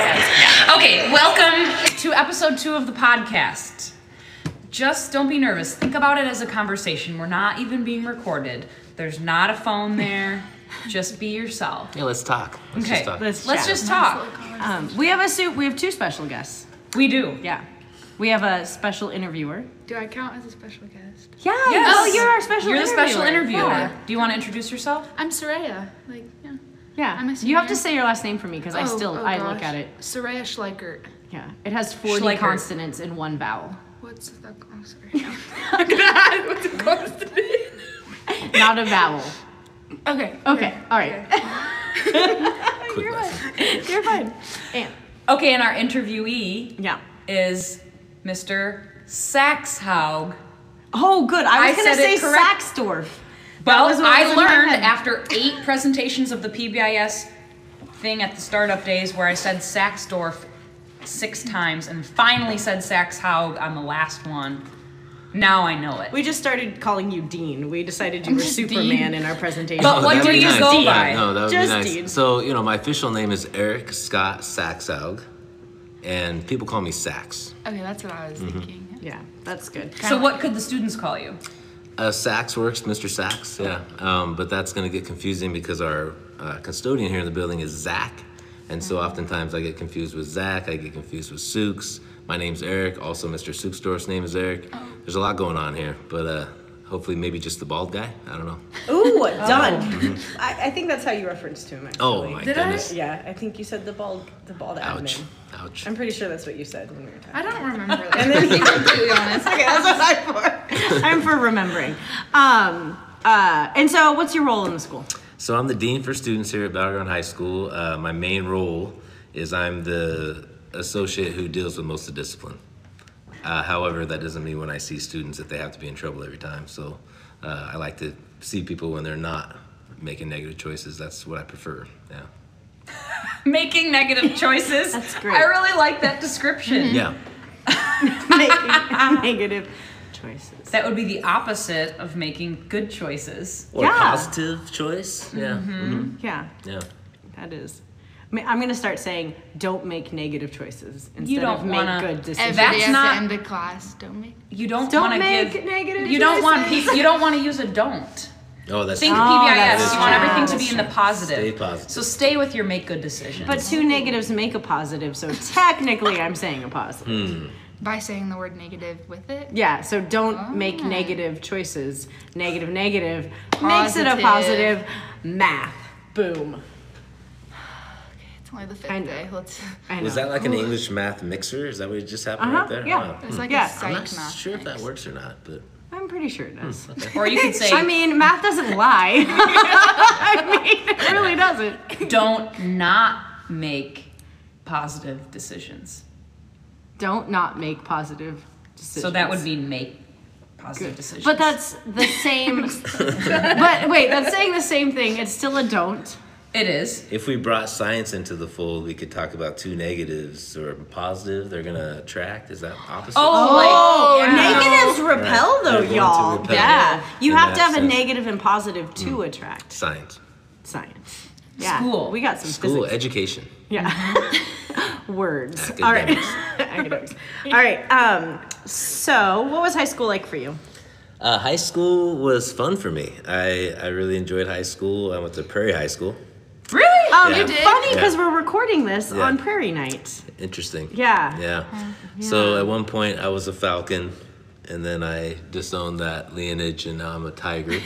That's okay. Welcome to episode two of the podcast. Just don't be nervous. Think about it as a conversation. We're not even being recorded. There's not a phone there. Just be yourself. Yeah, let's talk. Let's Okay. just talk. Let's, Let's chat. just talk. Um, we have a suit. We have two special guests. We do. Yeah, we have a special interviewer. Do I count as a special guest? Yeah. Yes. Oh, you're our special. You're the interviewer. special interviewer. Yeah. Do you want to introduce yourself? I'm Soraya. Like, yeah. Yeah. I'm a you have senior. to say your last name for me because I Oh, still oh I look gosh. at it. Soraya Schleichert. Yeah. It has 40 Schleicher. consonants and one vowel. What's the? I'm sorry. Not a vowel. okay. Okay. All right. Quick lesson. you're fine. And Okay, and our interviewee yeah. is Mr. Saxhaug. Oh, good. I I was gonna said say it correct. Saxdorf. Well, was what I was in my learned head. after eight presentations of the PBIS thing at the startup days where I said Saxdorf six times and finally said Saxhaug on the last one. Now I know it. We just started calling you Dean. We decided you were Superman in our presentation. But what Oh, that'd do be you nice. go Yeah, by? No, that would Just be nice. Dean. So, you know, my official name is Eric Scott Saxaug, and people call me Sax. Okay, that's what I was Mm-hmm. thinking. Yeah, that's good. so what could the students call you? Uh, Sax works, Mr. Sax, yeah. Um, but that's going to get confusing because our uh, custodian here in the building is Zach. And so oftentimes I get confused with Zach, I get confused with Sooks. My name's Eric, also Mr. Sooksdorf's name is Eric. There's a lot going on here, but uh, hopefully maybe just the bald guy? I don't know. Ooh, done. Oh. I, I think that's how you referenced to him. Oh Actually. my Did I? goodness. Yeah, I think you said the bald, the bald Ouch. admin. Ouch. I'm pretty sure that's what you said when we were talking. I don't remember. That. and then being completely honest. Okay, that's what I'm for. I'm for remembering. Um, uh, and so, what's your role in the school? So I'm the dean for students here at Belgrade High School. Uh, my main role is I'm the associate who deals with most of the discipline. Uh, however, that doesn't mean when I see students that they have to be in trouble every time. So uh, I like to see people when they're not making negative choices. That's what I prefer. Yeah. Making negative choices. That's great. Mm-hmm. I really like that description. Yeah. Making negative choices. That would be the opposite of making good choices. Or Yeah. Mm-hmm. positive choice. Yeah. Mhm. Yeah, Yeah. that is. I mean, I'm going to start saying don't make negative choices instead of don't make wanna- good decisions. That's Every day at not- the end of class, don't make. You don't, Don't want to make give negative You don't want choices. people you don't want to use a don't. Oh, that's Think true. that's PBIS. You want true. everything to That's be in the positive. Stay positive. So stay with your make good decisions. but two negatives make a positive, so technically I'm saying a positive. By saying the word negative with it. Yeah, so don't make negative choices. Negative, negative makes it a Positive. positive. Math. Boom. It's only the I fifth know. day. Let's. I know. Was that like an English math mixer? Is that what just happened uh-huh, right there? yeah. Wow. It's like Yeah. a I'm psych not math. sure if that works or not, but I'm pretty sure Hmm. it does. or you could say I mean, math doesn't lie. I mean, it really doesn't. don't not make positive decisions. Don't not make positive decisions. So that would be make positive decisions. But that's the same. but wait, that's saying the same thing. It's still a don't. it is. If we brought science into the fold, we could talk about two negatives or positive. They're gonna attract. Is that opposite? Oh, like, yeah. negatives repel, They're though, going to y'all. repel. Yeah, you In that have to have a sense. Hmm. negative and positive to attract Science, science. Yeah, School. We got some school, physics. education. Yeah. Words. Academics. All right. Academics. All right. Um, so, what was high school like for you? Uh, high school was fun for me. I, I really enjoyed high school. I went to Prairie High School. Really? Um, You did? Funny Yeah. because we're recording this Yeah. on Prairie Night. Interesting. Yeah. Yeah. So at one point I was a falcon, and then I disowned that lineage, and now I'm a tiger,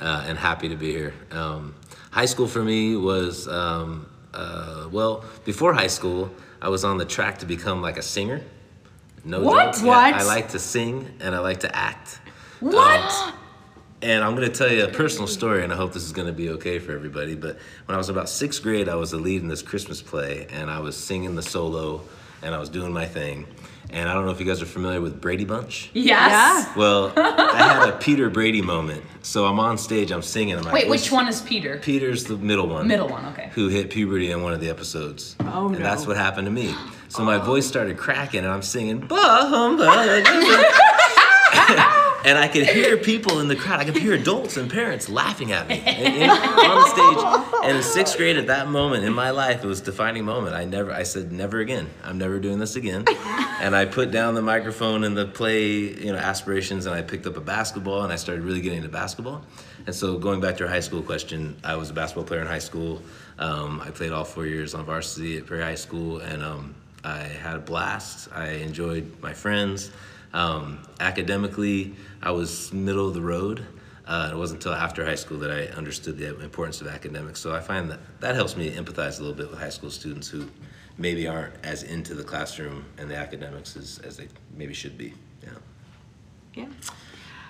uh, and happy to be here. Um, high school for me was um, uh, well before high school I was on the track to become like a singer. No What? joke. What? I like to sing and I like to act. Um, What? And I'm gonna tell you a personal story, and I hope this is gonna be okay for everybody. But when I was about sixth grade, I was the lead in this Christmas play, and I was singing the solo, and I was doing my thing. And I don't know if you guys are familiar with Brady Bunch. yes. Well, I had a Peter Brady moment. So I'm on stage, I'm singing. I'm like, Wait, "This- which one is Peter? Peter's the middle one. Middle one, okay. Who hit puberty in one of the episodes. Oh, And no. that's what happened to me. Oh. So my voice started cracking and I'm singing, "Bah, hum, bah, bah, bah." and I could hear people in the crowd. I could hear adults and parents laughing at me in- in- on stage. And in sixth grade, at that moment in my life, it was a defining moment. I never, I said, never again. I'm never doing this again. And I put down the microphone and the play, you know, aspirations, and I picked up a basketball and I started really getting into basketball. And so, going back to your high school question, I was a basketball player in high school. Um, I played all four years on varsity at Prairie High School, and um, I had a blast. I enjoyed my friends. Um, academically, I was middle of the road. Uh, it wasn't until after high school that I understood the importance of academics. So I find that that helps me empathize a little bit with high school students who maybe aren't as into the classroom and the academics as, as they maybe should be. Yeah. Yeah.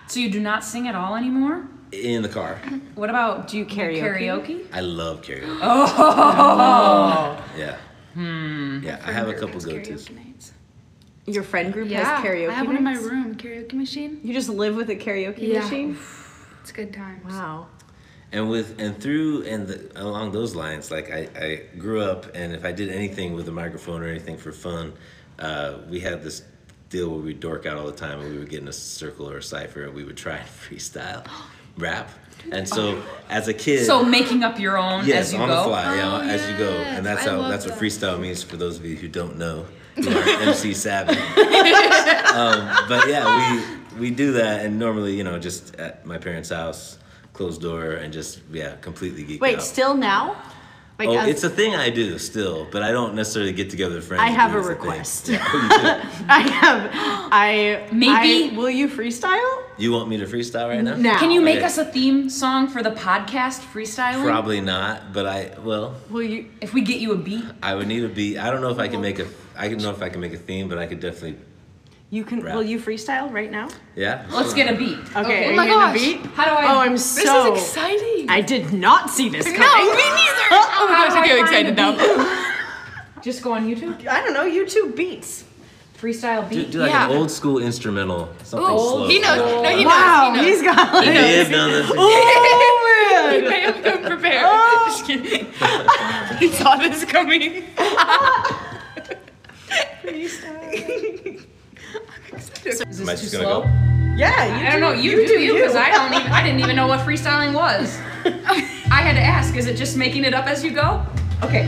So you do not sing at all anymore? In the car, What about Do you karaoke? karaoke? I love karaoke. Oh. Yeah. Yeah, I have a couple It's go-tos. karaoke nights. Your friend group Yeah, has karaoke. I have one in my nights? room. Karaoke machine. You just live with a karaoke Yeah. machine? It's good times. Wow. and with and through and the, along those lines like I, I grew up and if i did anything with a microphone or anything for fun uh, we had this deal where we'd dork out all the time and we would get in a circle or a cipher and we would try and freestyle rap and so as a kid So making up your own Yes, as you on go. the fly, yeah, Oh, as you go, yes, and that's I how love that's what that. freestyle means for those of you who don't know. You are MC savvy. um, but yeah, we we do that, and normally, you know, just at my parents' house, closed door, and just yeah, completely geek Wait, out. still now? Like, Oh, as- it's a thing I do still, but I don't necessarily get together with friends. I and have do a this thing. request. Yeah, you, I have. I Maybe- I- will you freestyle? do. You want me to freestyle right now? Now. Can you make Okay. us a theme song for the podcast freestyling? Probably not, but I well, Will you? If we get you a beat, I would need a beat. I don't know if I can make a. I don't know if I can make a theme, but I could definitely. You can Rap. will you freestyle right now? Yeah. let's get a beat. Okay. Oh are you my gonna gosh. beat? How do I? Oh, I'm This so. is exciting. I did not see this coming. neither. Oh my How do gosh, I'm I getting find excited a now. Just go on YouTube. I don't know, you two beats. Freestyle Do, beat. do like Yeah. an old school instrumental, something Ooh, slow. he knows. No, he knows. Wow, he knows. he's got He like. did know this. Oh man! I am good prepared. Oh. Just kidding. he saw this coming. Is this Am I too just slow? gonna go? Yeah, you I don't know. You, do, you because I don't e- even. I didn't even know what freestyling was. I had to ask. Is it just making it up as you go? Okay.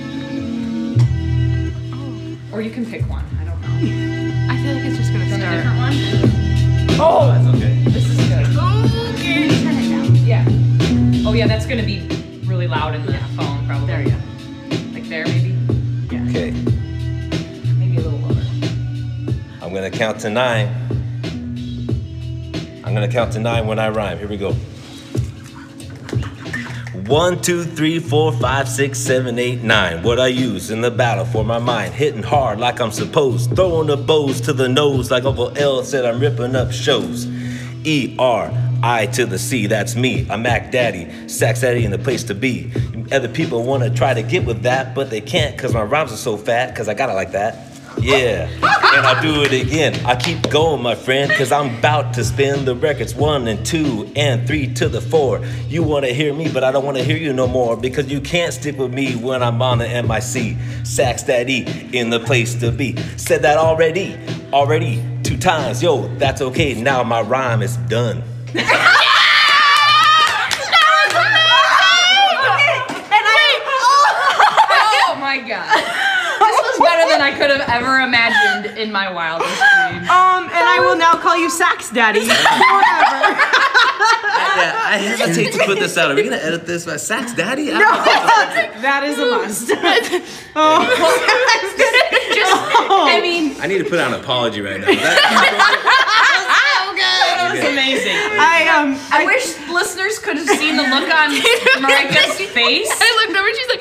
Oh, Or you can pick one. I don't know. I feel like it's just gonna Want a start. different one? Oh, that's okay. This is good. Okay. Turn it down. Yeah. Oh yeah, that's gonna be really loud in the phone probably. There you go. Like there maybe. Okay, Maybe a little lower. I'm gonna count to nine. I'm gonna count to nine when I rhyme. Here we go. One, two, three, four, five, six, seven, eight, nine. What I use in the battle for my mind. Hitting hard like I'm supposed. Throwing the bows to the nose like Uncle L said I'm ripping up shows. E R I to the C, that's me. I'm Mac Daddy, Sax Daddy, and the place to be. Other people wanna try to get with that, but they can't because my rhymes are so fat, because I got it like that. Yeah, and I do it again. I keep going, my friend, because I'm about to spin the records one and two and three to the four. You want to hear me, but I don't want to hear you no more because you can't stick with me when I'm on the MIC. Sax that E in the place to be. Said that already, already two times. Yo, that's okay. Now my rhyme is done. Oh my god. This was better than I could have ever imagined in my wildest dreams. Um, and I will now call you Sax Daddy. Forever. I, I hesitate to put this out. Are we gonna edit this? by Sax Daddy? No. that is a must. oh. Just I mean I need to put out an apology right now. That, that was amazing. I um I wish listeners could have seen the look on Marika's face. I looked over and she's like,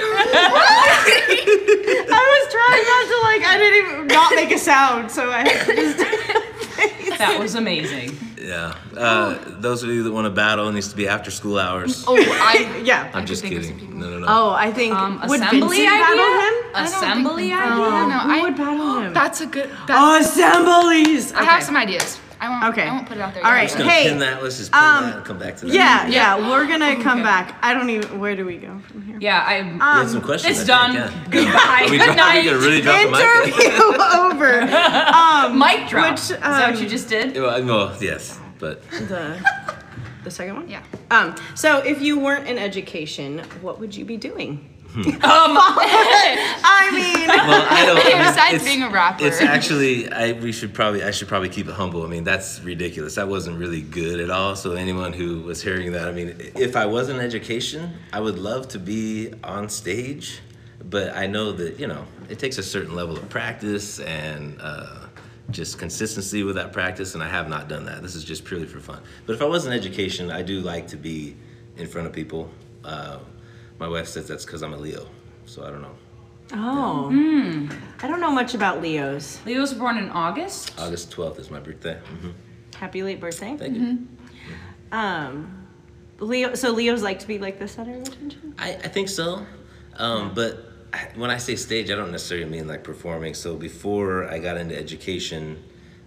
I was trying not to like I didn't even not make a sound, so I just That was amazing. yeah. Uh, those of you that want to battle, it needs to be after school hours. oh, I. yeah. I'm just think of some kidding. No, no, no. Oh, I think Um, would assembly Vincent idea? battle him? I don't think Assembly so. idea? Oh, No, no, Who I would battle him? That's a good. That's, Assemblies. I have some ideas. I won't. Okay. I won't put it out there. All yet. right. Just gonna Hey, pin that. Let's just pin um, that and come back to that. Yeah, yeah, we're gonna come Okay. back. I don't even. Where do we go from here? Yeah, I'm. We had some questions. it's I done. think, yeah. Goodbye. Are we, Good dro- are we night. gonna really drop the mic? Interview over. Um, Mic drop. Which, Is that what um, you just did? Well, I- well, yes, but the, the second one. Yeah. Um. So, if you weren't in education, what would you be doing? Hmm. Um, I mean, well, I don't. I mean, Besides it's- being a rapper. it's actually I we should probably I should probably keep it humble. I mean, that's ridiculous. I wasn't really good at all. So anyone who was hearing that, I mean, if I was in education, I would love to be on stage, but I know that you know it takes a certain level of practice and. Uh, just consistency with that practice, and I have not done that. This is just purely for fun. But if I was in education, I do like to be in front of people. Uh, my wife says that's because I'm a Leo, so I don't know. oh, I don't know much about Leos. Leo was born in August. August 12th is my birthday. Mhm. Happy late birthday. Thank you. Um, Leo. So Leos like to be like the center of attention. I, I think so. Um, but I, when I say stage, I don't necessarily mean like performing. So before I got into education,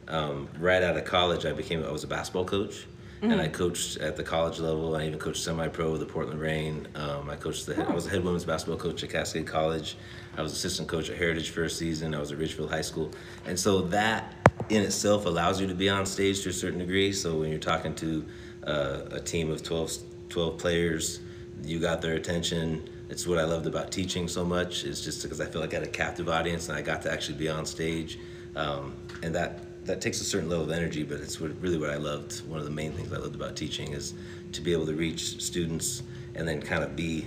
um, right out of college, I became I was a basketball coach, and I coached at the college level. I even coached semi-pro with the Portland Rain. Um, I coached the head, I was a head women's basketball coach at Cascade College. I was assistant coach at Heritage for a season. I was at Ridgefield High School, and so that in itself allows you to be on stage to a certain degree. So when you're talking to uh, a team of 12, 12 players you got their attention. It's what I loved about teaching so much. It's just because I feel like I had a captive audience and I got to actually be on stage, um, and that that takes a certain level of energy. But it's what, really what I loved. One of the main things I loved about teaching is to be able to reach students and then kind of be,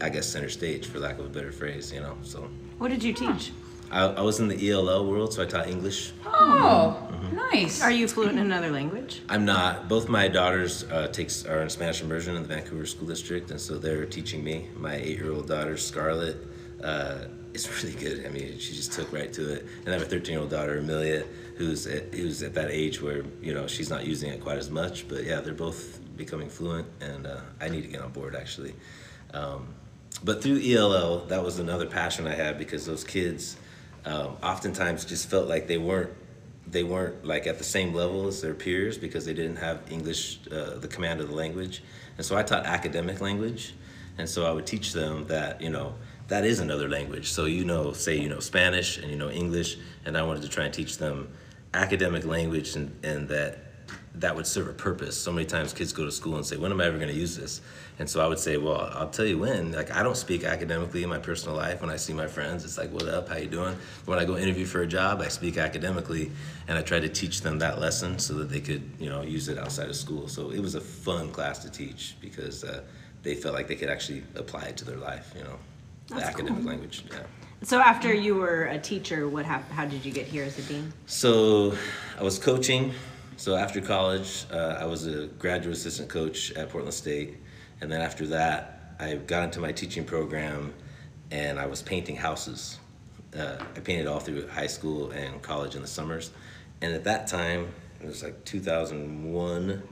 I guess, center stage for lack of a better phrase. You know, so. What did you teach? I, I was in the ELL world, so I taught English. Oh, mm-hmm. nice. Are you fluent in another language? I'm not. Both my daughters uh, takes are in Spanish immersion in the Vancouver school district, and so they're teaching me. My eight-year-old daughter Scarlett uh, is really good. I mean, she just took right to it. And I have a thirteen-year-old daughter Amelia, who's at, who's at that age where you know she's not using it quite as much. But yeah, they're both becoming fluent, and uh, I need to get on board actually. Um, but through ELL, that was another passion I had because those kids um, oftentimes just felt like they weren't they weren't like at the same level as their peers because they didn't have English, uh, the command of the language. And so I taught academic language, and so I would teach them that you know that is another language. So you know, say you know Spanish and you know English, and I wanted to try and teach them academic language and, and that that would serve a purpose. So many times kids go to school and say, when am I ever going to use this? And so I would say, well, I'll tell you when. Like, I don't speak academically in my personal life. When I see my friends, it's like, what up? How you doing? When I go interview for a job, I speak academically, and I try to teach them that lesson so that they could, you know, use it outside of school. So it was a fun class to teach because uh, they felt like they could actually apply it to their life, you know, the academic language. Yeah. So after you were a teacher, what happened? How did you get here as a dean? So I was coaching. So after college, uh, I was a graduate assistant coach at Portland State. And then after that, I got into my teaching program and I was painting houses. Uh, I painted all through high school and college in the summers. And at that time, it was like 2001,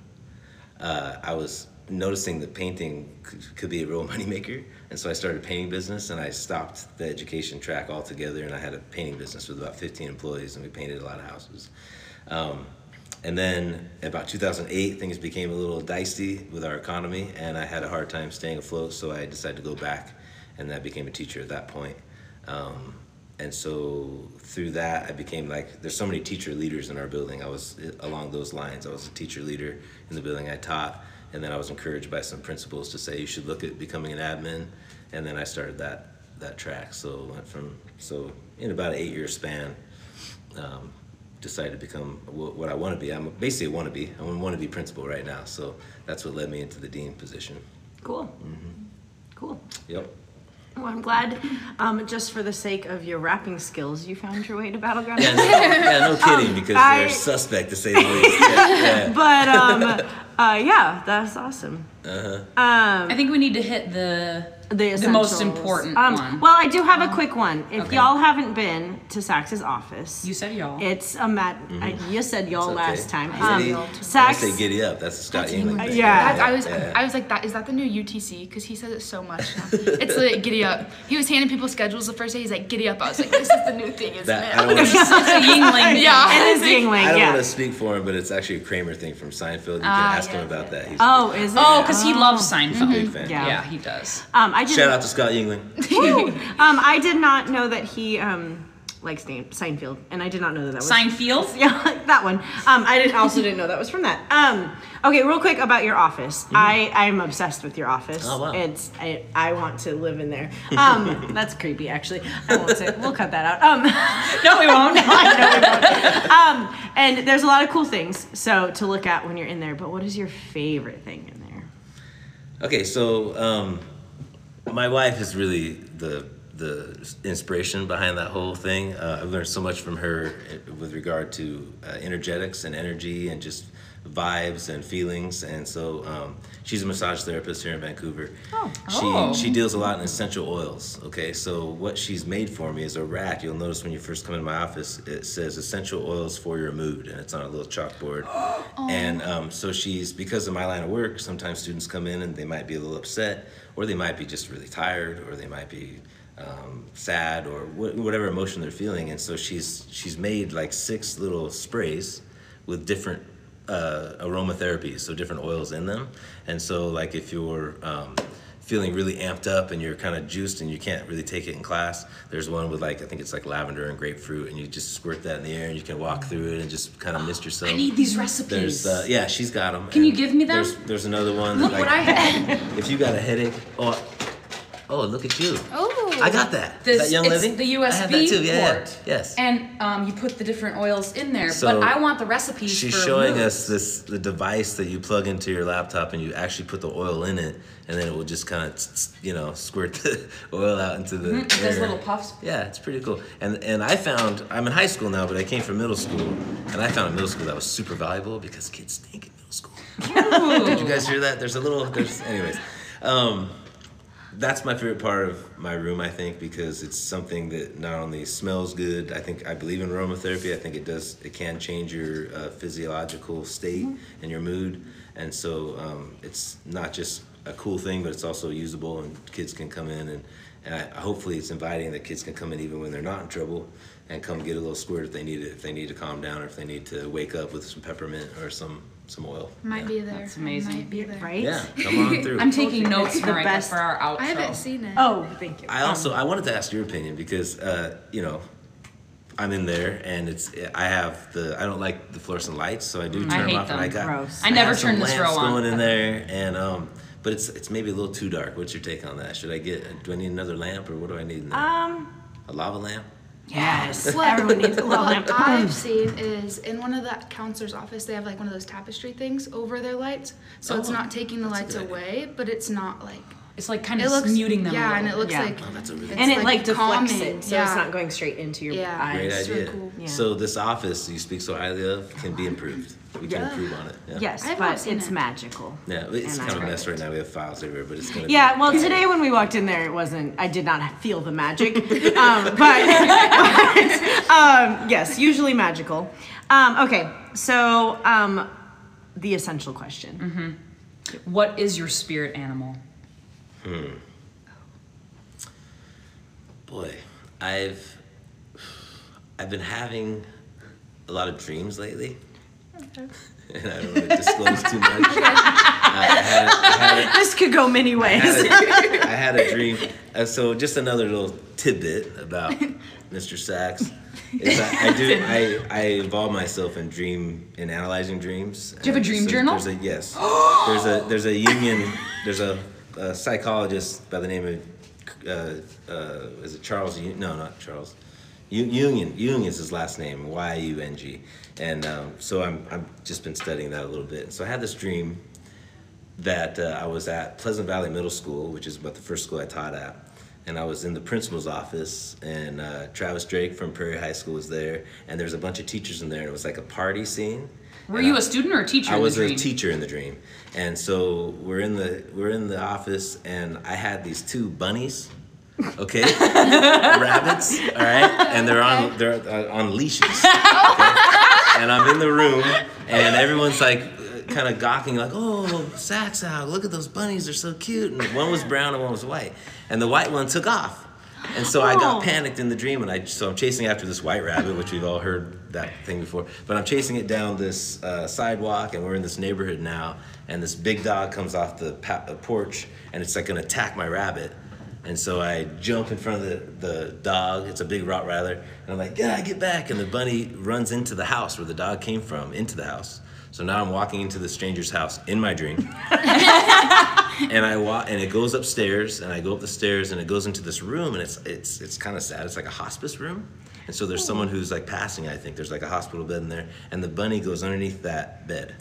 uh, I was noticing that painting could, could be a real moneymaker. And so I started a painting business and I stopped the education track altogether. And I had a painting business with about 15 employees and we painted a lot of houses. Um, and then about 2008, things became a little dicey with our economy and I had a hard time staying afloat. So I decided to go back and I became a teacher at that point. Um, and so through that, I became like, there's so many teacher leaders in our building. I was along those lines. I was a teacher leader in the building I taught. And then I was encouraged by some principals to say, you should look at becoming an admin. And then I started that, that track. So went from, so in about an eight year span, um, decided to become wh- what I want to be. I'm basically a wannabe. I'm a wannabe principal right now. So that's what led me into the dean position. Cool. Cool. Yep. Well, I'm glad, um, just for the sake of your rapping skills, you found your way to Battleground. Yeah, no, yeah, no kidding, because I- they're suspect to say the least. Yeah, yeah. But um, uh, yeah, that's awesome. I think we need to hit the the, The most essentials. Um, important one. Well, I do have a quick one. If Okay. y'all haven't been to Sax's office, you said y'all. it's a mat. I, you said y'all okay. Oh, last time. I said Um, y'all. I Sax. say giddy up. That's a Scott England. England. thing. Yeah. That's, I was, Yeah. I was like, that is that the new UTC? Because he says it so much. Now. It's like giddy up. He was handing people schedules the first day. He's like giddy up. I was like, this is the new thing, isn't That- it? I don't wanna- it's a yingling. yeah. It is Yingling, I don't want yeah. to speak for him, but it's actually a Kramer thing from Seinfeld. You can Ah, ask him yes, about yes, that. He's Oh, is it? Oh, because he loves Seinfeld. a big fan. Um, Yeah. Yeah, he does. Um, I did. Shout out to Scott Yingling. Woo! um, I did not know that he um likes name Seinfeld, and I did not know that that was Seinfeld? yeah, that one. Um, I didn't, also didn't know that was from that. Um, okay, real quick about your office. I I'm obsessed with your office. Oh, wow. It's I, I want to live in there. Um, that's creepy, actually. I won't say. We'll cut that out. Um, No, we won't. and there's a lot of cool things so to look at when you're in there. But what is your favorite thing in there? Okay, so um, my wife is really the the inspiration behind that whole thing. Uh, I've learned so much from her with regard to uh, energetics and energy and just vibes and feelings. And so um, she's a massage therapist here in Vancouver. Oh. She Oh. she deals a lot in essential oils. Okay, so what she's made for me is a rack. You'll notice when you first come into my office, it says essential oils for your mood, and it's on a little chalkboard. And um, so she's because of my line of work. Sometimes students come in and they might be a little upset, or they might be just really tired, or they might be um, sad, or wh- whatever emotion they're feeling. And so she's she's made like six little sprays with different uh, aromatherapies, so different oils in them. And so, like, if you're um, feeling really amped up and you're kind of juiced and you can't really take it in class, there's one with like I think it's like lavender and grapefruit, and you just squirt that in the air and you can walk through it and just kind of mist yourself. I need these recipes. There's uh, yeah, she's got them. Can you give me them? There's, there's another one. Look that, what like, I had. If you got a headache, oh, oh, look at you. Oh. I got that. Is This, that Young it's Living? the I USB had that too. Yeah, yeah. port. Yes. And um, you put the different oils in there, So, but I want the recipes. She's for showing moves. us this the device that you plug into your laptop and you actually put the oil in it and then it will just kind of you know squirt the oil out into the Mm, air. those little puffs. Yeah, it's pretty cool. And and I found I'm in high school now, but I came from middle school and I found in middle school that was super valuable because kids stink in middle school. Did you guys hear that? There's a little there's anyways. Um, that's my favorite part of my room, I think, because it's something that not only smells good. I think I believe in aromatherapy. I think it does. It can change your uh, physiological state Mm-hmm. and your mood, and so um, it's not just a cool thing, but it's also usable, and kids can come in and. And I, hopefully, it's inviting that kids can come in even when they're not in trouble, and come get a little squirt if they need it, if they need to calm down, or if they need to wake up with some peppermint or some some oil. Might be there. That's amazing. Might be there. Right? Yeah, come on through. I'm taking notes, the Marika, best. for our outro. I haven't seen it. Oh, thank you. I also Um, I wanted to ask your opinion because uh, you know I'm in there and it's I have the I don't like the fluorescent lights so I do turn Mm. I hate them off and I them. got Gross. I never have some turn this lamps row on. going in there and um but it's it's maybe a little too dark. What's your take on that? Should I get do I need another lamp or what do I need in there? Um, a lava lamp? yes. What- Everyone needs a little What lamp. I've seen is in one of the counselor's office, they have like one of those tapestry things over their lights, so it's Oh, not taking the lights a good away, but it's not like It's like kind it of looks muting them. Yeah, a and it little looks Yeah. like Oh, that's a really and it like deflects calming, it, so it's yeah. not going straight into your Yeah. eyes. great it's really idea. cool. Yeah. So this office you speak so highly of can be improved. We can improve on it. Yeah. Yes, I've not but seen it's it. magical. Yeah, it's And I kind of a love mess right now. We have files everywhere, but it's gonna be Yeah, well, today when we walked in there, it wasn't. I did not feel the magic, um, but, but, um, yes, usually magical. Um, okay, so um, the essential question. Mm-hmm. What is your spirit animal? Boy, I've I've been having a lot of dreams lately. and I don't want to disclose too much. Uh, I had, I, This could go many ways. had a, I had a dream. Uh, so just another little tidbit about Mr. Sachs. Is I, I do I, I involve myself in dream in analyzing dreams. Do you have a dream journal? There's a yes. there's a there's a union there's a, a psychologist by the name of uh, uh, is it Charles? U- no, not Charles. U- Union. Union is his last name. Y U N G. And um, so I'm I'm just been studying that a little bit. So I had this dream that uh, I was at Pleasant Valley Middle School, which is about the first school I taught at, and I was in the principal's office, and uh, Travis Drake from Prairie High School was there, and there was a bunch of teachers in there, and it was like a party scene. Were And you I- a student or a teacher? I in the was a dream? teacher in the dream, and so we're in the we're in the office, and I had these two bunnies, okay, rabbits, all right, and they're on they're uh, on leashes, okay? and I'm in the room, and everyone's like. Kind of gawking, like, "Oh, Sax out! Look at those bunnies; they're so cute." And one was brown and one was white, and the white one took off, and so I Oh. got panicked in the dream, and I so I'm chasing after this white rabbit, which we've all heard that thing before. But I'm chasing it down this uh, sidewalk, and we're in this neighborhood now. And this big dog comes off the pa- uh, porch, and it's like gonna attack my rabbit. And so I jump in front of the, the dog. It's a big Rottweiler, and I'm like, "Yeah, get back!" And the bunny runs into the house where the dog came from, into the house. So now I'm walking into the stranger's house in my dream and I walk, and it goes upstairs, and I go up the stairs, and it goes into this room, and it's it's it's kind of sad. It's like a hospice room, and so there's someone who's like passing. I think there's like a hospital bed in there, and the bunny goes underneath that bed,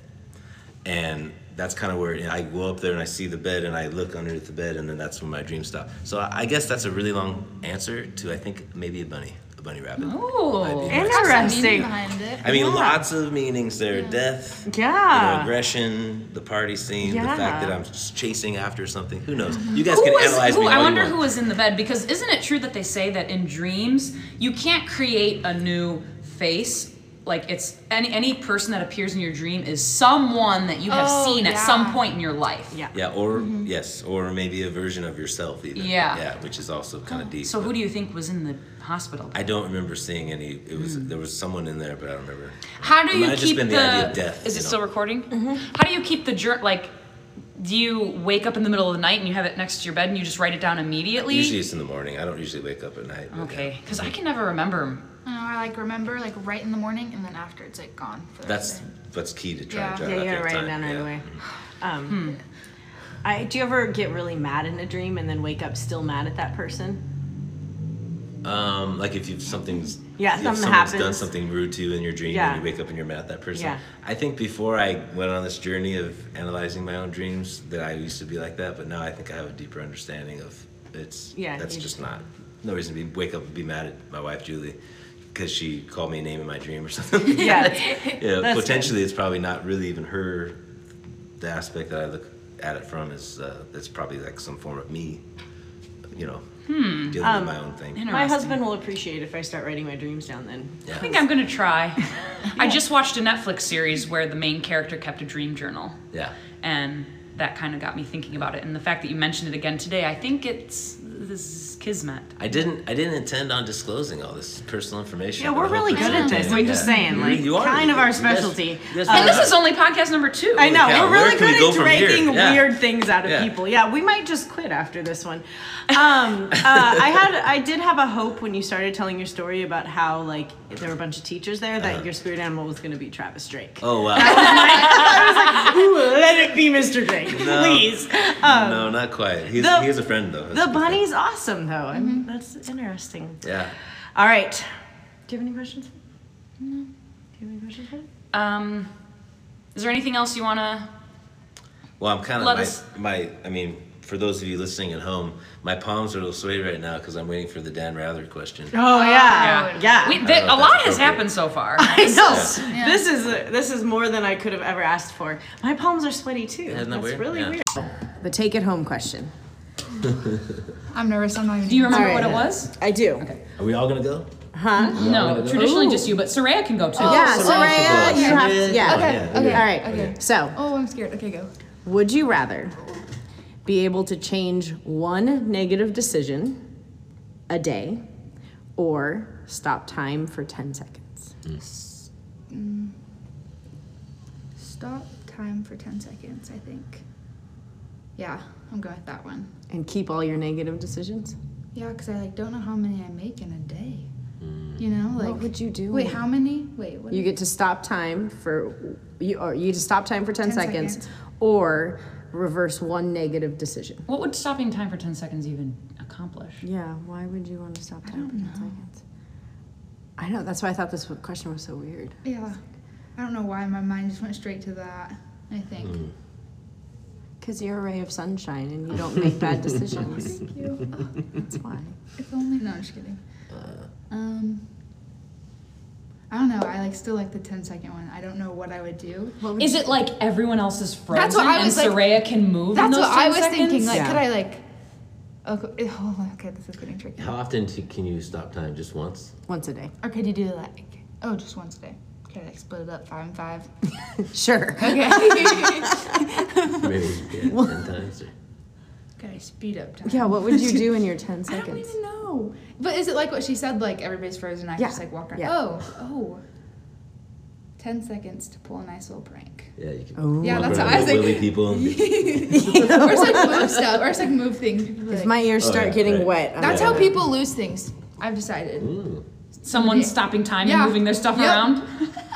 and that's kind of where and I go up there and I see the bed, and I look underneath the bed, and then that's when my dream stopped. So I, I guess that's a really long answer to I think maybe a bunny, a bunny rabbit. Oh, Might be Ooh. my- Meaning Interesting. behind it. I mean, lots of meanings there. Death, Ah. you know, Yeah. aggression, the party scene, the Yeah. fact that I'm just chasing after something. Who knows? You guys Who can was, analyze who, me. all I you wonder want. who was in the bed because isn't it true that they say that in dreams you can't create a new face? Like it's any any person that appears in your dream is someone that you have Oh, seen at yeah. some point in your life. Yeah. Yeah, or yes, or maybe a version of yourself even. Mm-hmm. Yeah. Oh, Yeah, which is also kind of deep. So who but do you think was in the hospital? I don't remember seeing any. It was Mm. there was someone in there, but I don't remember. How do It you might have just keep been the idea of death, Is it you know? still recording? How do you keep the journal? Like, do you wake up in the middle of the night and you have it next to your bed and you just write it down immediately? Usually it's in the morning. I don't usually wake up at night. but yeah. Okay, because I can never remember. I don't know, I like remember like right in the morning, and then after it's like gone. For the That's rest of that's key to trying Yeah. to Yeah, Yeah, you gotta have write it time, down right yeah. away. Um, Hmm. I, do you ever get really mad in a dream and then wake up still mad at that person? Um, like if you've something's Yeah, if something someone's done happens. something rude to you in your dream Yeah. and you wake up and you're mad at that person. Yeah. I think before I went on this journey of analyzing my own dreams that I used to be like that, but now I think I have a deeper understanding of it's Yeah, that's you- just not no reason to be wake up and be mad at my wife Julie because she called me a name in my dream or something. Yeah. yeah, That's good. potentially it's probably not really even her. The aspect that I look at it from is uh, it's probably like some form of me, you know, Hmm. dealing Um, with my own thing. My Interesting. husband will appreciate if I start writing my dreams down then. Yeah. I think I'm gonna try. I just watched a Netflix series where the main character kept a dream journal, yeah. and that kind of got me thinking about it. And the fact that you mentioned it again today, I think it's this is kismet. I didn't. I didn't intend on disclosing all this personal information. Yeah, but we're I hope really there's good at something this. in I'm it. just saying, You- like, you are. kind of our You guys- you guys- specialty. you guys- And this is only podcast number two. I know Yeah, we're where really can we good go at from here? dragging Yeah. weird things out of Yeah. people. Yeah, we might just quit after this one. Um, uh, I had, I did have a hope when you started telling your story about how like there were a bunch of teachers there that your spirit animal was going to be Travis Drake. Uh-huh. Oh wow! Ooh, let it be Mr. Drake, please. no, not quite. He's, Um, the- he is a friend though. The bunny's awesome though. I mean, That's interesting. Yeah. All right. Do you have any questions? No. Do you have any questions? for me? Um, is there anything else you wanna? Well, I'm kind of Let my, us- my. I mean, for those of you listening at home, my palms are a little swayed right now because I'm waiting for the Dan Rather question. Oh yeah, yeah. We, know if th- a that's lot has appropriate. happened so far. I know. This is this is more than I could have ever asked for. My palms are sweaty too. Isn't that That's weird? really Yeah. weird. The take it home question. it. I'm nervous. I'm not even. Do you remember All what right. it was? I do. Are we all gonna go? No, traditionally just you, but Soraya can go too. Oh, Yeah, Soraya, you have to. Yeah. Okay, Okay, okay. All right. Okay. So, Oh, I'm scared. Okay, go. would you rather be able to change one negative decision a day or stop time for 10 seconds? Stop time for 10 seconds, I think. Yeah, I'm going with that one. And keep all your negative decisions? Yeah, because I like don't know how many I make in a day. You know, like What would you do? Wait, how many? Wait, what? You get to stop time for you or you get to stop time for 10, 10 seconds, seconds. or reverse one negative decision. What would stopping time for 10 seconds even accomplish? Yeah, why would you want to stop time for 10 seconds? I know that's why I thought this question was so weird. yeah, I don't know why my mind just went straight to that. I think. Because you're a ray of sunshine and you don't make bad decisions. Thank you. that's why. If only. No, I'm just kidding. Um, I don't know. I like still like the 10 second one. I don't know what I would do. Is it like everyone else is frozen That's what I was like- and Soraya can move? in That's those what I 10 was seconds? thinking. Like, Yeah. could I like? Okay, oh, okay, this is getting tricky. How often t- can you stop time? Just once? Once a day. Or could you do like? Oh, just once a day. Could I like split it up five and five? Sure. Okay. Maybe yeah, 10 times? Or... could I speed up time? Yeah, what would you do in your 10 I don't seconds? even know. But is it like what she said? Like everybody's frozen. I Yeah, just like walk around. yeah. Oh, oh. Ten seconds to pull a nice little prank. Yeah, you can. Oh. Yeah, walk that's around what I was with like. Willy people. and be- or it's like move stuff. Or it's like move things. People be If like- my ears Oh, start yeah, getting right. wet, I'm That's like, how people lose things. I've decided. Ooh. Someone stopping time Yeah. and moving their stuff Yep. around.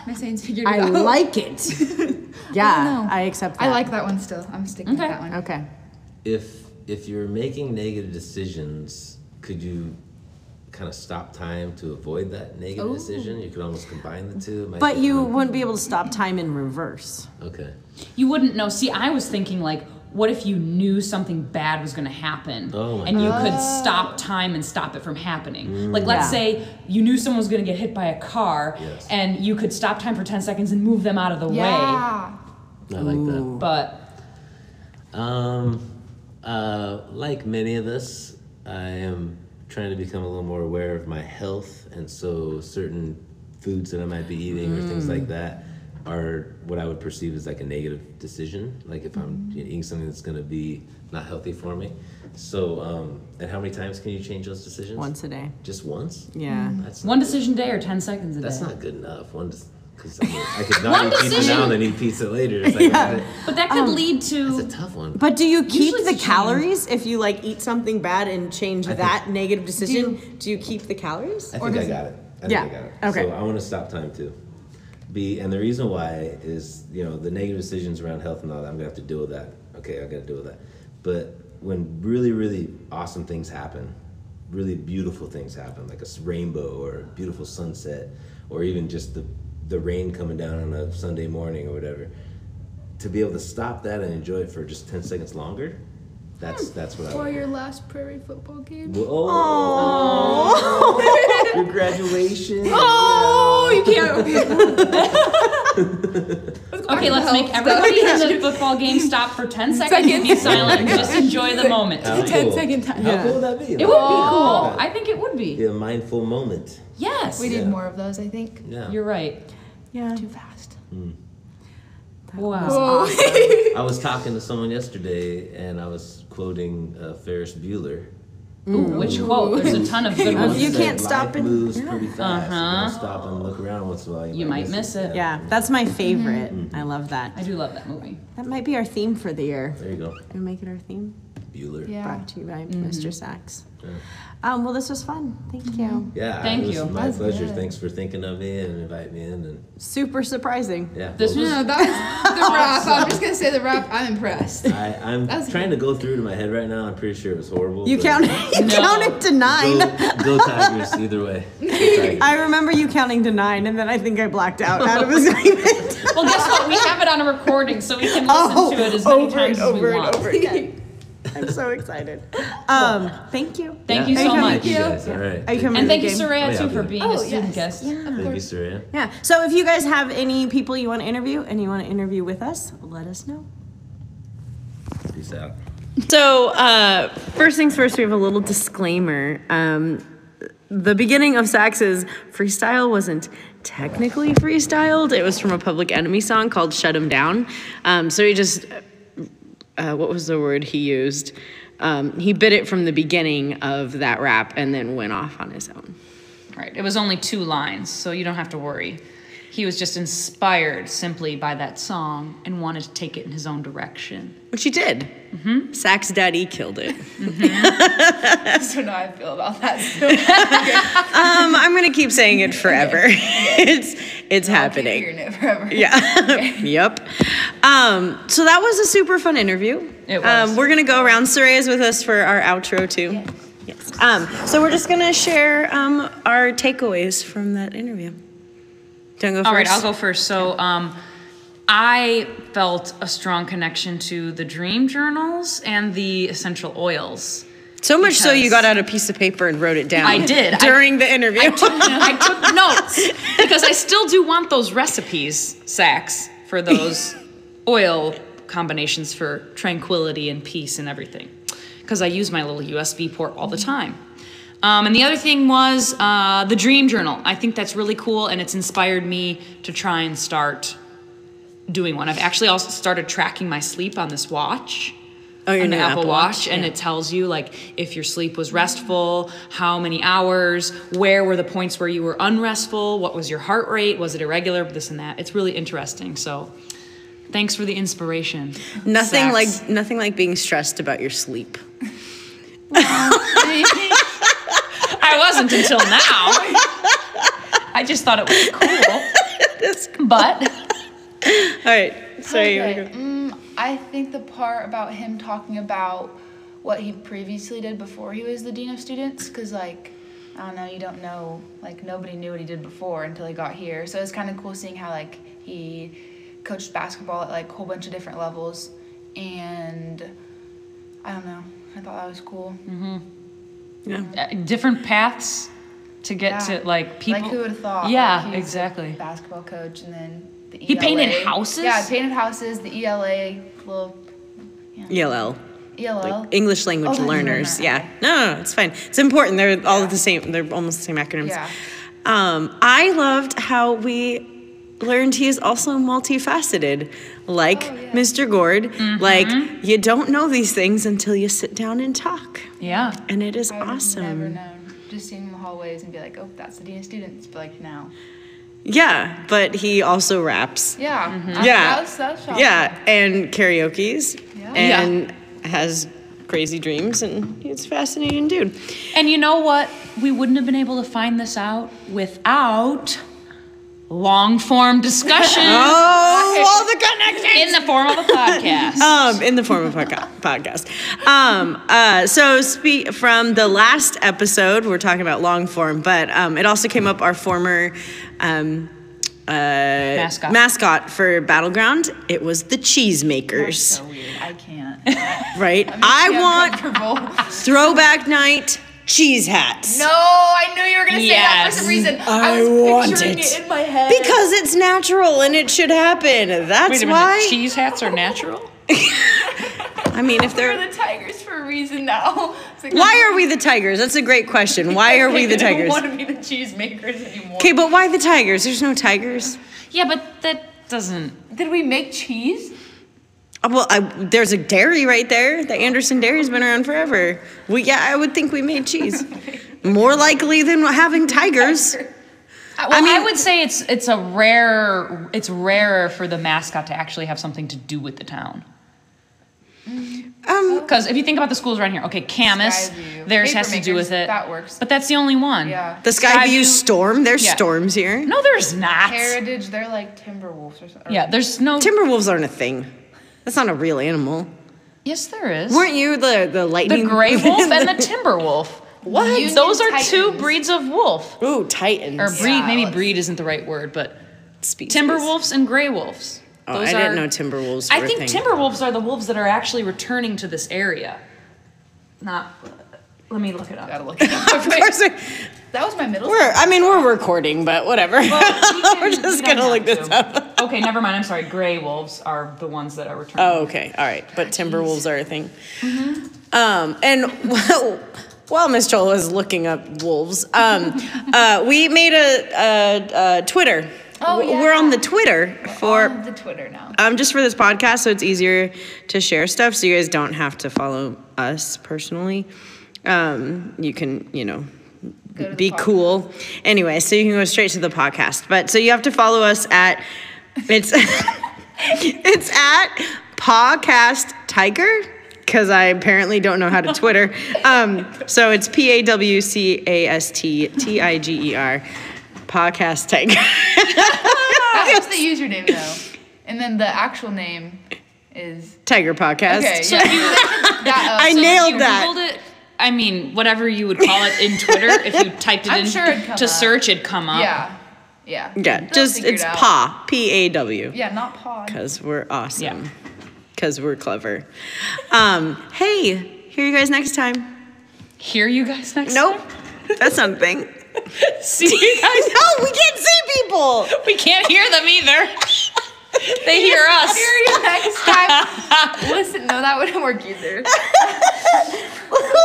My saying's figured it I out. like it. Yeah, know. I accept that. I like that one still. I'm sticking Okay. with that one. Okay. If if you're making negative decisions, could you kind of stop time to avoid that negative decision? You could almost combine the two. It might But be you fun. wouldn't be able to stop time in reverse. Okay. You wouldn't know. See, I was thinking like, what if you knew something bad was going to happen Oh my and you could stop time and stop it from happening? Mm. Like, let's Yeah. say you knew someone was going to get hit by a car Yes. and you could stop time for 10 seconds and move them out of the way. Yeah. I like that. But Um, uh, like many of us, I am trying to become a little more aware of my health, and so certain foods that I might be eating or things Mm. like that are what I would perceive as like a negative decision. Like if I'm Mm-hmm. eating something that's going to be not healthy for me. So, um, and how many times can you change those decisions? Once a day. Just once? Yeah. That's one decision a day or 10 seconds a that's day. not good enough. One. Just, Cause I, mean, I could not One eat pizza decision- now and then eat pizza later. It's like, but that Um, could lead to. That's a tough one. But do you keep Usually the it's a calories if you like eat something bad and change think- that negative decision? Do you, keep the calories? I think I got it. I think Yeah, I got it. okay. So I want to stop time too. B and the reason why is you know the negative decisions around health and all that. I'm gonna have to deal with that. Okay, I gotta deal with that. But when really really awesome things happen, really beautiful things happen, like a s- rainbow or a beautiful sunset, or even just the the rain coming down on a Sunday morning or whatever. To be able to stop that and enjoy it for just ten seconds longer, Hmm. that's that's what I. Or want. your last prairie football game. Oh, your graduation. Oh, you can't. Okay, let's make everybody in the football game stop for 10 seconds and be silent. Just enjoy the moment. How It cool. second time. How cool would that be? would be cool. I think it would Be be. a mindful moment. Yes. We need Yeah. more of those, I think. Yeah. You're right. Yeah. Too fast. Wow. I was talking to someone yesterday, and I was quoting uh, Ferris Bueller. Ooh, which quote? There's a ton of good Once ones. You that can't life stop and- moves pretty fast. Uh-huh. You gotta stop and look around once in a while. You might miss it. Yeah, that's my favorite. Mm-hmm. I love that. I do love that movie. That might be our theme for the year. There you go, Can we make it our theme? Bueller. Yeah. Yeah. Brought to you by Mr. Sachs. Um, well, this was fun. Thank you. Thank it was you. My That's pleasure. good. Thanks for thinking of me and inviting me in. And Super surprising. yeah, This well, was No, that was the rap. I'm just gonna say the rap. I'm impressed. I, I'm was trying to go through to my head right now. I'm pretty sure it was horrible. You but- count. You No. counted to nine. Go, go Tigers. Either way. Go Tigers. I remember you counting to nine, and then I think I blacked out out of excitement. well. Guess what? We have it on a recording, so we can listen Oh, to it as many over times and over as we and want. over again. I'm so excited. Um, thank you. Thank you Yeah. so much, Thank you guys. All right. Are you coming? and thank you, Game. Soraya, Oh, yeah, too, for please. being Oh, a student yes. guest. Thank you, Surya. Yeah. So if you guys have any people you want to interview and you want to interview with us, let us know. Peace out. So, uh, first things first, we have a little disclaimer. Um, the beginning of Sax's freestyle wasn't technically freestyled, it was from a Public Enemy song called Shut 'em Down. Um, so, he just, uh, what was the word he used? Um, he bit it from the beginning of that rap and then went off on his own. Right. It was only two lines, so you don't have to worry. He was just inspired simply by that song and wanted to take it in his own direction. Which he did. Sax Daddy killed it. I don't know how I feel about that. So um, I'm going to keep saying it forever. it's it's happening. hearing it forever. Yep. Um, so that was a super fun interview. It was. Um, we're gonna go around. Soraya's with us for our outro too. Yes. Um, so we're just gonna share um, our takeaways from that interview. Don't go first. All right, I'll go first. So, um, I felt a strong connection to the dream journals and the essential oils. So much so you Because- got out a piece of paper and wrote it down. I did. I- During the interview. I took, I took notes because I still do want those recipes, Sacks, for those oil combinations for tranquility and peace and everything. Because I use my little USB port all the time. Um, and the other thing was uh, the dream journal. I think that's really cool, and it's inspired me to try and start doing one. I've actually also started tracking my sleep on this watch. Oh, your an new Apple, Apple Watch, and it tells you like if your sleep was restful, how many hours, where were the points where you were unrestful, what was your heart rate, was it irregular, this and that. It's really interesting. So, thanks for the inspiration. nothing Sax. like nothing like being stressed about your sleep. I wasn't until now. I just thought it was cool. But All right. Sorry. you wanna Okay, go? mm, I think the part about him talking about what he previously did before he was the dean of students, because like I don't know, you don't know, like nobody knew what he did before until he got here. So it's kind of cool seeing how like he coached basketball at like a whole bunch of different levels, and I don't know, I thought that was cool. uh, different paths to get Yeah. to like people. Like who would have thought? Yeah, like, he was exactly. A basketball coach, and then the He painted ELA. houses? Yeah, painted houses. The ELA little E ELL. ELL. Like English Oh, language that's learners. learner, Yeah. okay. No, no, it's fine. It's important. They're all the same. They're almost the same acronyms. Yeah. Um, I loved how we learned he is also multifaceted, like Oh, Mr. Gord. Mm-hmm. Like you don't know these things until you sit down and talk, yeah. and it is I would have awesome. Never known. Just seeing him in the hallways and be like, oh, that's the dean of students. But like now, Yeah, but he also raps. yeah, I- Yeah. that was that was shocking. Yeah, and karaoke's Yeah. and has crazy dreams and he's a fascinating dude. And you know what? We wouldn't have been able to find this out without long form discussion Oh, all the connections. in the form of a podcast. Um, in the form of a podca- podcast. Um, uh, so, speak from the last episode, we're talking about long form, but um, it also came up our former um, Mascot. mascot for Battleground. It was the That's Cheesemakers, so weird. I can't. right? I want want. throwback night cheese hats. No, I knew you were gonna say that for some Yes. reason. I, I was want picturing it. it in my head. Because it's natural and it should happen. That's Wait a minute, why. cheese hats are natural? I mean, if we're they're. the tigers for a reason now. It's like, Why are we the Tigers? That's a great question. Why are we the I don't Tigers? want to be the cheese makers anymore. Okay, but why the Tigers? There's no Tigers. Yeah, but that doesn't. Did we make cheese? Uh, Well, I, there's a dairy right there. The Anderson Dairy's been around forever. We, yeah, I would think we made cheese. More likely than having tigers. Well, I, mean- would say it's it's a rare it's rarer for the mascot to actually have something to do with the town. Um, Because if you think about the schools around here, okay, Camas, Skyview. theirs Paper has to do makers, with it. that works. But that's the only one. Yeah. the Skyview Skyview- Storm. There's Yeah. storms here. No, there's not. Heritage, they're like timber wolves or something. Yeah, there's no. Timberwolves aren't a thing. That's not a real animal. yes, there is. Weren't you the the lightning? the gray wolf and the timber wolf. What? Union Those are two Titans. breeds of wolf. Ooh, Titans. Or breed, Yeah, maybe let's- breed isn't the right word, but Species. timber wolves and gray wolves. Oh, Those I didn't are- know timber wolves. I were a think thing. timber wolves are the wolves that are actually returning to this area. Not. Let me look it up. Gotta look it up. Of course, That was my middle we're. I mean, we're recording, but whatever. we're just gonna look this up. okay, never mind. I'm sorry. Gray wolves are the ones that are returning. Oh, okay. All right. But timber wolves are a thing. Mm-hmm. Um, and while, while Miss Joel was looking up wolves, um, uh, we made a, a, a Twitter. Oh, W- We're yeah. on the Twitter on for the Twitter now. um, just for this podcast, so it's easier to share stuff. So you guys don't have to follow us personally. Um, you can, you know, Go to be the podcast. cool. Anyway, so you can go straight to the podcast. But so you have to follow us at it's it's at podcast tiger because I apparently don't know how to Twitter. Um, so it's P A W C A S T T I G E R podcast tiger. That's the username though, and then the actual name is Tiger podcast. okay. So yeah. if you, that, uh, I so if nailed you that. Googled it, I mean, whatever you would call it in Twitter, if you typed it I'm in sure it'd come to up. search, it'd come up. yeah. Yeah. Yeah, They'll just figure it it's out. paw, P A W. Yeah, not pod. Because we're Yeah. awesome. Because we're clever. Um, hey, hear you guys next time. Hear you guys next Nope, that's not a thing. See you guys. No, we can't see people. We can't hear them either. They hear us. next time. Listen, no, that wouldn't work either.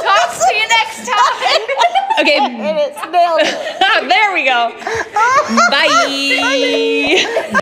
Talk to you next time. Okay. It's nailed. there we go. Bye.